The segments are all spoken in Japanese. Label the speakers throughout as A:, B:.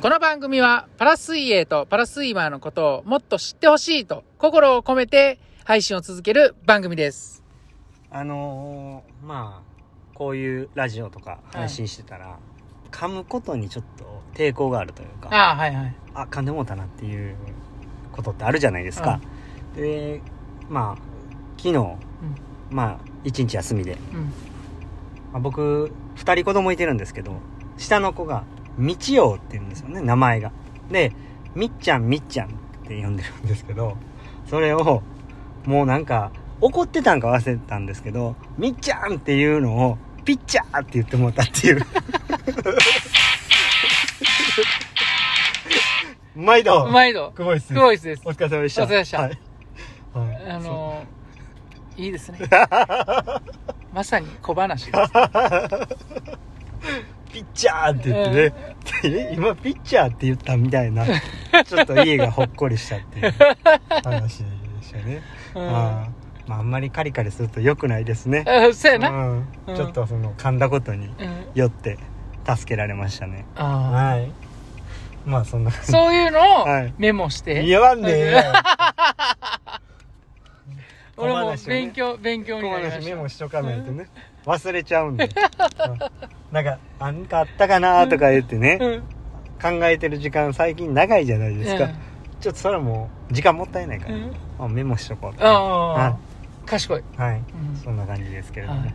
A: この番組はパラ水泳とパラスイマーのことをもっと知ってほしいと心を込めて配信を続ける番組です。
B: あのーまあこういうラジオとか配信してたら、噛むことにちょっと抵抗があるというか
A: ああ、はいはい。
B: あ噛んでもうたなっていうことってあるじゃないですか、でまあ昨日、まあ一日休みで、
A: うん。
B: まあ僕2人子供いてるんですけど下の子が「みちよう」って言うんですよね名前がで「みっちゃんみっちゃん」って呼んでるんですけどそれをもうなんか怒ってたんか忘れたんですけど「みっちゃん」っていうのを「ピッチャー」って言ってもらったって いう毎度
A: 毎度、
B: 久保井っす
A: すごいです。
B: お疲れ様でした。
A: お疲れ様でした
B: はい。はい
A: あのー、いいですね。まさに小話です。
B: ピッチャーって言ってね、 え今ピッチャーって言ったみたいなちょっと家がほっこりしたっていう話でしたね、
A: うん
B: あーまああんまりカリカリすると良くないですね、
A: あそうや
B: う
A: な。
B: ん
A: うん
B: ちょっとその噛んだことに
A: うん。
B: よって助けられましたね
A: あ
B: はいまあそんな
A: あ。そういうのを
B: はい
A: メモして。
B: 言わんでええや ん
A: 俺
B: 小
A: も
B: 話をね
A: 勉強、勉強になりま
B: 話
A: し
B: メ
A: た
B: モ。しとかないとね忘れち ゃうんでうんなんか「何かあったかな?」とか言ってね
A: うん
B: 考えてる時間最近長いじゃないですか、
A: うん
B: ちょっとそれはもう時間もったいないから、
A: うん
B: まあメモしとこうと
A: ああ、賢い。
B: はい、
A: うん
B: そんな感じですけれども、
A: はい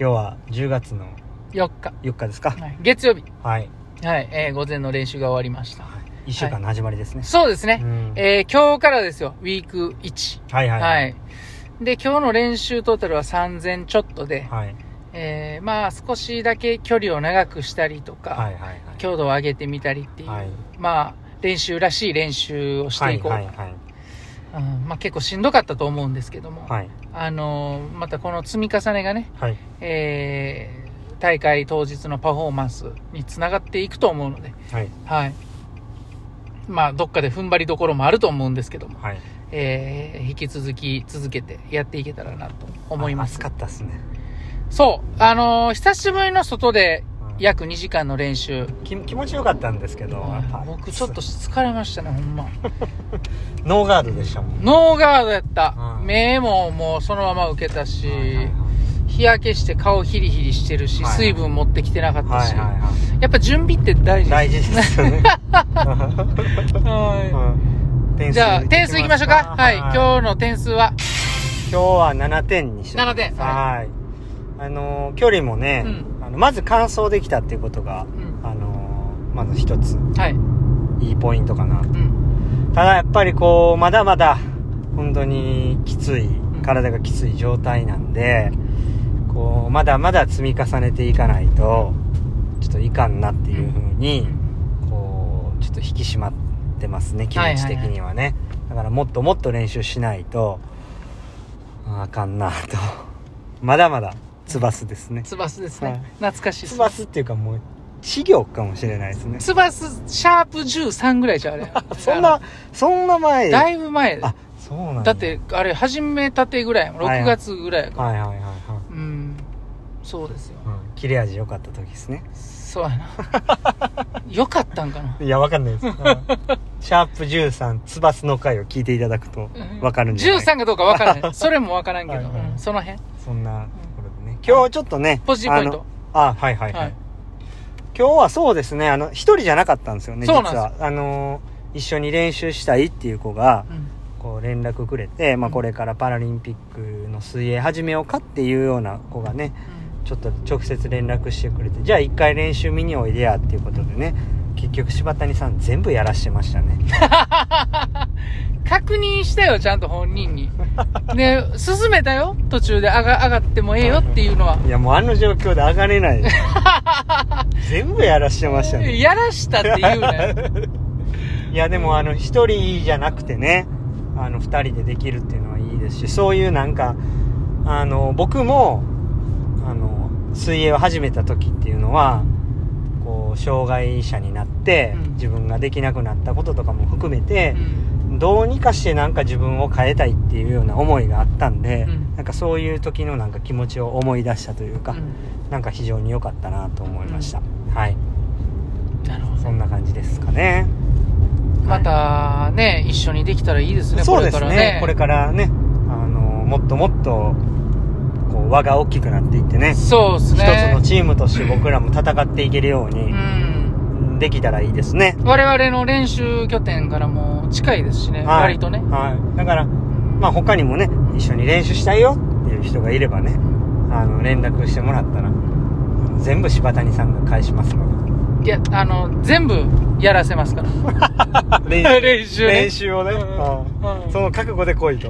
B: 今日は10月の
A: 4日。
B: 4日ですか
A: はい月曜日。
B: はい、
A: はい、えー午前の練習が終わりました。
B: 1週間の始まりですね、
A: そうですね
B: う。ん
A: えー今日からですよ、ウィーク1。
B: はいはい
A: はい。で、今日の練習トータルは3000ちょっとで、
B: はい
A: えーまあ少しだけ距離を長くしたりとか、
B: はいはいはい
A: 強度を上げてみたりっていう、
B: はい
A: まあ練習らしい練習をしていこう。
B: はいはいはい
A: うんまあ結構しんどかったと思うんですけども、
B: はい
A: あのーまたこの積み重ねがね、
B: はい
A: えー大会当日のパフォーマンスにつながっていくと思うので、
B: はい
A: はい。まあ、どっかで踏ん張りどころもあると思うんですけども、
B: はい
A: えー、引き続き続けてやっていけたらなと思います
B: 暑。かったっすね、
A: そう。あのー久しぶりの外で
B: うん
A: 約2時間の練習。
B: き気持ちよかったんですけど、やっぱ
A: 僕ちょっと疲れましたね、ほんま。
B: ノーガードでしたもん
A: ノーガードやった。
B: うん
A: 目ももうそのまま受けたし、
B: はいはい
A: 日焼けして顔ヒリヒリしてるし、
B: はい
A: 水分持ってきてなかった
B: はい
A: し、
B: はいは
A: やっぱ準備って大
B: い
A: 事
B: 大
A: で
B: 事ですよね
A: す。はい
B: うん
A: じゃあ、点数いきましょうか。はい。今
B: 今
A: 日の点数は、
B: 日は7点にします
A: 7点は
B: はいあのー距離もね、
A: う
B: あのまず完走できたっていうことが
A: うん。
B: あのーまず一つ
A: はい。
B: いいポイントかな
A: うん。
B: ただやっぱりこうまだまだ本当にきつい体がきつい状態なんでこうまだまだ積み重ねていかないとちょっといかんなっていうふうにこうちょっと引き締まってますね気持ち的にはね、だからもっともっと練習しないとああかんなとまだまだつばすですね
A: つばすですね。
B: はい
A: 懐かしいですね
B: つばすっていうかもう稚魚かもしれないですね。
A: つばす、シャープ13ぐらいじゃうあれ
B: そんなそんな前
A: だいぶ前
B: あそうなん
A: だって、あれ、始めたてぐらいやもん。
B: はい
A: 6月ぐらいやから。
B: はいはいはいはい
A: うん。そうですよ。
B: うん切れ味良かった時ですね
A: そうや な。よかったんかな。
B: いやわかんない ですシャープ13つばすの回を聞いていただくとわかるんじゃない
A: 13かどうかわから ない。それもわからんけど、
B: はいはい
A: うんその辺。
B: そんなところでね今日ちょっとね
A: ポジティブポイン
B: あ
A: ト。
B: のあはいはいはい、
A: はい
B: 今日はそうですねあの一人じゃなかったんですよね実
A: そうなんです
B: はあのー一緒に練習したいっていう子が
A: うん
B: こう連絡くれて、まあ、これからパラリンピックの水泳始めようかっていうような子がねちょっと直接連絡してくれてじゃあ一回練習見においでやっていうことでね結局柴谷さん全部やらしてましたね
A: うん確認したよ、ちゃんと本人 に。で、進めたよ、途中で上が上がってもええよっていうのは。
B: いやもうあの状況で上がれない 全部やらしてましたね
A: やらしたって言うな よ。
B: いやでもあの一人じゃなくてねあの二人でできるっていうのはいいですしそういうなんかあの僕もあの水泳を始めた時っていうのはこう障害者になって、
A: うん
B: 自分ができなくなったこととかも含めて、
A: うん
B: どうにかしてなんか自分を変えたいっていうような思いがあったんで、
A: うん
B: なんかそういう時のなんか気持ちを思い出したというか、
A: うん
B: なんか非常に良かったなと思いました、はい
A: なるほど
B: そんな感じですかね。
A: またね、一緒にできたらいいですね、
B: そう
A: こ
B: で
A: れ
B: す
A: から
B: ね
A: ね。。
B: これからね、あの、もっともっと、こう、輪が大きくなっていってね、
A: そうです
B: 一つ
A: ね。
B: のチームとして僕らも戦っていけるように
A: う、ん。
B: できたらいいですね。
A: 我々の練習拠点からも近いですしね、
B: はい
A: 割とね。
B: はい。だから、まあ他にもね、一緒に練習したいよっていう人がいればね、あの、連絡してもらったら、全部柴谷さんが返しますの
A: いや、あの、全部やらせます から。
B: で。
A: 練習ね
B: 練習をね、
A: うん
B: うんその覚悟で来い と。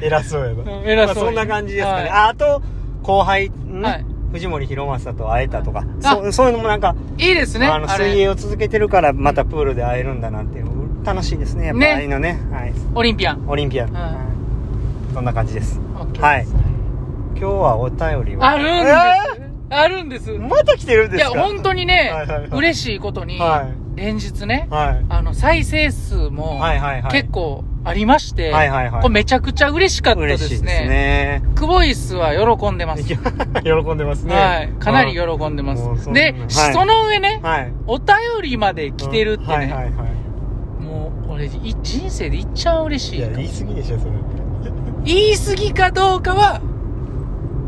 B: 偉そうやな。
A: うん偉そう
B: まあそんな感じですかね。
A: はい
B: ああと、後輩、ね
A: はい
B: 藤森博正と会えたとか、
A: あ
B: そうそういうのもなんか、
A: いいですね、
B: あの
A: あ
B: 水泳
A: れ。
B: を続けてるからまたプールで会えるんだなっていう楽しいですねやっぱり
A: ね
B: ああいうのねはい、
A: オリンピアン。
B: オリンピアン、
A: ん
B: はいそんな感じですは
A: OK
B: い
A: です。
B: 今日はお便りは
A: あるんです。あるんです。
B: えーまた来てるん
A: い
B: です
A: や、
B: か
A: 本当にね
B: はいはいはい、
A: 嬉しいことに
B: は、
A: 連日ね、
B: はい
A: あの、再生数も
B: はいはいはい
A: 結構ありまして、
B: はいはいはい
A: これめちゃくちゃ嬉しかったで
B: 嬉しいですす
A: ね。
B: ね
A: クボイスは喜んでます。
B: いや 喜んでますね
A: はい。かなり喜
B: は
A: んでま
B: もうそ
A: す。
B: んな
A: で、
B: はい
A: その上ね
B: い、はい
A: お便りまで来てるってね、
B: はいはいは
A: もう俺い人生で一番嬉し
B: いい
A: い
B: や言い過ぎでしょそれ
A: 言い過ぎかどうかは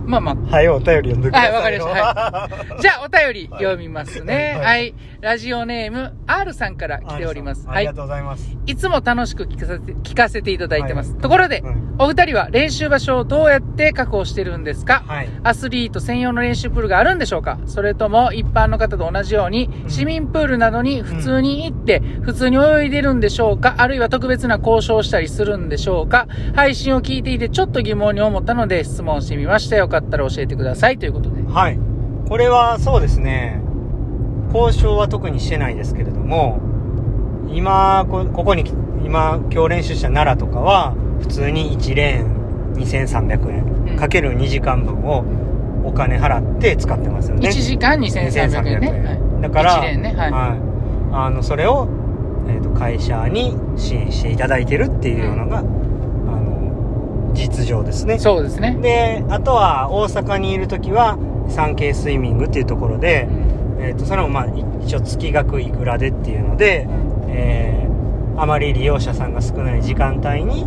A: まあまあ
B: はいお便り読んでください
A: はいわ
B: かりました
A: じゃあお便り読みますね。
B: は
A: はいい。
B: はい
A: ラジオネーム R さんから 来ております。
B: あ
A: は
B: り
A: い
B: が。とうございます
A: いつも楽しく聞かせて聞かせていただいてます。
B: はい
A: ところで、
B: うん
A: お二人は練習場所をどうやって確保してるんですか、
B: はい
A: アスリート専用の練習プールがあるんでしょうかそれとも一般の方と同じように
B: うん
A: 市民プールなどに普通に行って普通に泳いでるんでしょうかあるいは特別な交渉をしたりするんでしょうか配信を聞いていてちょっと疑問に思ったので質問してみました。よかったら教えてくださいということで。
B: はい。これはそうですね、交渉は特にしてないですけれども、今、こここに、今、今日練習した奈良とかは、普通に1レーン2300円、
A: うん
B: かける2時間分をお金払って使ってますよね。
A: 1時間2300円ね。はい
B: だから、
A: 1年ね。はい。
B: はいあの、それを、えっ、と、会社に支援していただいてるっていうのが、あの、実情ですね。
A: そうですね。
B: であとは大阪にいる時は産経スイミングっていうところで、えー、とそれもまあい一応月額いくらでっていうので、えーあまり利用者さんが少ない時間帯に、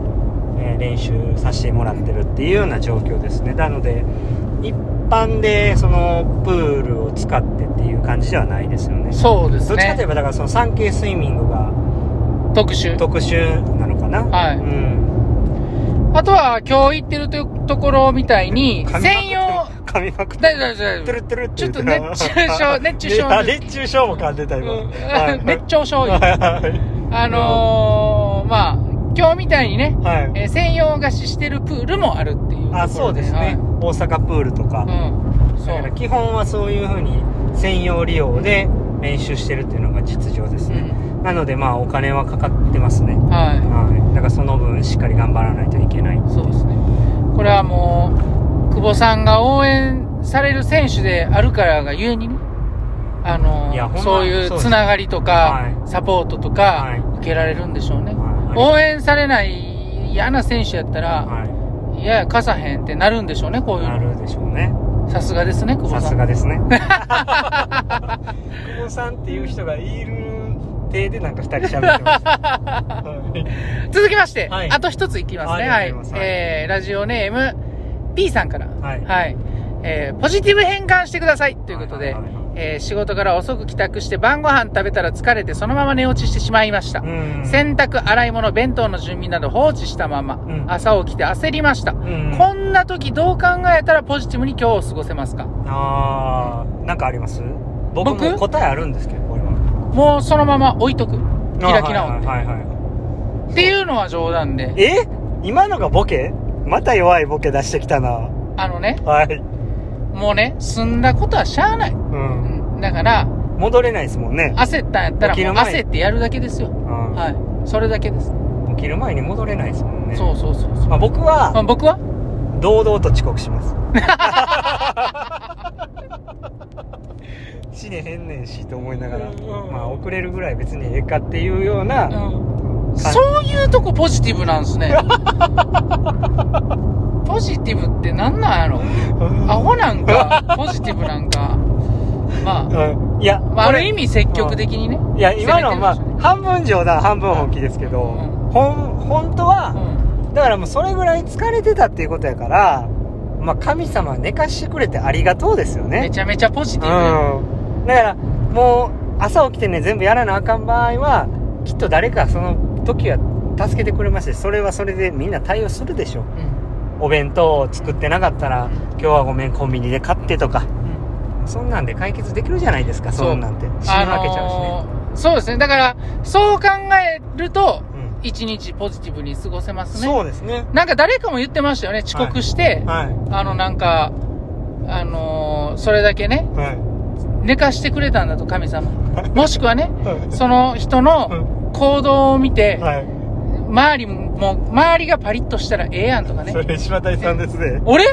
B: えー練習させてもらってるっていうような状況ですねなので一般でそのプールを使ってっていう感じではないですよね
A: そうです
B: どっちかといえ
A: ね。
B: ばだからその産経スイミングが
A: 特集。
B: 特殊なのかな
A: はい
B: うん
A: あとは、今日行ってるとところみたいに、
B: 噛みまくってる
A: 専用、
B: 噛みまくって
A: 大丈夫大
B: トゥ
A: 丈
B: ルトゥルって
A: ちょ
B: 言
A: ってと
B: た
A: 熱中 症、熱中症。
B: あ熱中症も感じた今、
A: うん
B: はい
A: 熱中症よ。
B: は
A: あのー、まあ、今日みたいにね、
B: いはい
A: えー専用貸ししてるプールもあるっていうところ。
B: あそうですね、大阪プールとか、
A: はい。うん。
B: だ
A: そ
B: から
A: う。
B: 基本はそういうふうに専用利用で練習してるっていうのが実情ですね、なのでまあお金はかかってますね
A: うんは
B: はいだからその分しっかり頑張らないといけない
A: い。そうですね。これはもう、久保さんが応援される選手であるからがゆえにね、あのー
B: いやほんま
A: そうい
B: そう
A: う
B: です
A: つながりとか、
B: はい
A: サポートと
B: は
A: か
B: い、
A: 受けられるんでしょうね。
B: はい
A: 応援されない嫌な選手やったら、
B: はい
A: やいや、貸さへんってなるんでしょうね、こう
B: い
A: い
B: な
A: う
B: るでしょうね
A: の。さすがですね、久保さ
B: さ
A: ん。
B: すがで すね久保さんっていう人がいる手でなんか2人喋ってましたはい
A: 続きまして、
B: はい
A: あと一ついきますね。
B: あ
A: は
B: り
A: い。
B: がとうございますはい
A: えー、ラジオネーム、P さんから。
B: はい
A: えー、ポジティブ変換してください ということで、
B: はいはいはい
A: えー仕事から遅く帰宅して晩ご飯食べたら疲れてそのまま寝落ちしてしまいました。
B: うん
A: 洗濯、洗い物、弁当の準備など放置したまま、
B: ん
A: 朝起きて焦りました。
B: ん
A: こんな時どう考えたらポジティブに今日を過ごせますか
B: あーなんかあります僕
A: 僕
B: も答えあるんですけどこれは
A: もうそのまま置いとく。開き直って。
B: あはいはいは
A: っていうのは冗談で
B: い、え今のがボケまた弱いボケ出してきたな
A: あのね、
B: はい、
A: もうね、済んだことはしゃあない。
B: うん、
A: うんだから、
B: 戻れないですもんね、
A: 焦ったんやったら
B: 起き
A: も
B: る
A: う
B: 前に
A: 焦ってやるだけですよ。
B: うん
A: はい。それだけです。
B: 起きる前に戻れないですもんね
A: そうそうそうそう。
B: まあ、僕
A: まあ
B: は
A: 僕は
B: 堂々と遅刻します 死ねへんねんしと思いながら、
A: うん
B: まあ遅れるぐらい別にええかっていうような、
A: そういうとこポジティブなんすね。 ポジティブってなんなんやろアホなんか、ポジティブなんか。まあ、
B: うん、いや、
A: まあ、あ
B: これ
A: る意味積極的にね、
B: いや今のはまあ
A: 攻めてるんで
B: 半分冗談半分本気ですけど、
A: うん
B: ほん本当
A: しょう
B: は、
A: ね
B: だからもうそれぐらい疲れてたっていうことやからまあ神様は寝かしてくれてありがとうですよ
A: うんめ
B: ね
A: ちゃめちゃポジ
B: うん
A: ティ
B: だからもう朝起きてね全部やらなあかん場合はきっと誰かその時は助けてくれますしそれはそれでみんな対応するでしょ
A: ブね、
B: お弁当を作ってなかったら今日はごめんコンビニで買ってとか
A: うんうん
B: そんなんで解決できるじゃないですか
A: そう
B: そんなんて死
A: あ
B: ぬ
A: の
B: わけちゃうしね、
A: ーそうですねだからそう考えると
B: うん
A: 一日ポジティブに過ごせますね
B: そうですね
A: なんか誰かも言ってましたよね遅刻して、
B: はい
A: あのなんかあのーそれだけね
B: は
A: 寝かしてくれたんだと神 様もしくはね
B: い
A: その人の行動を見て、
B: はい、
A: 周りも周りがパリッとしたらええやんとかね
B: それ柴谷さんですね
A: 俺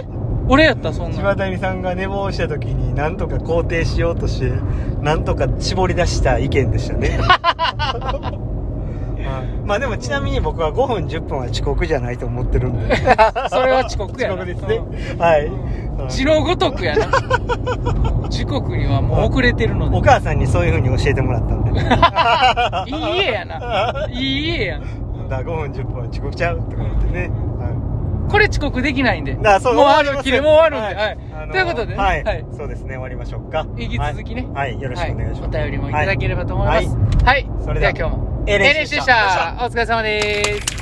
A: 俺やったそんなん
B: 柴谷さんが寝坊した時に何とか肯定しようとして何とか絞り出した意見でした ね、はいまあでもちなみに僕は5分10分は遅刻じゃないと思ってるんで
A: それ は遅刻やな
B: 遅刻ですねはい、はい
A: 字のごとくやな時刻にはもう遅れてるので
B: お母さんにそういう風に教えてもらったんでだか
A: いい家や な。いい家やん。
B: ら5分10分は遅刻ちゃうとか言ってね、は
A: これ遅刻できないんで。
B: い、だからそう
A: もうある
B: ります
A: 切れ、もう終わるんで。はい。
B: あの
A: ということでね。
B: はい、そうですね終わりましょうか
A: 引き続きね
B: はい、はいよろしくお願いします、
A: はいお便りもいただければと思います。
B: は
A: はい。
B: それ
A: で
B: で
A: は
B: は
A: 今日も。
B: エレンシでした
A: LH でした。お疲れ様です。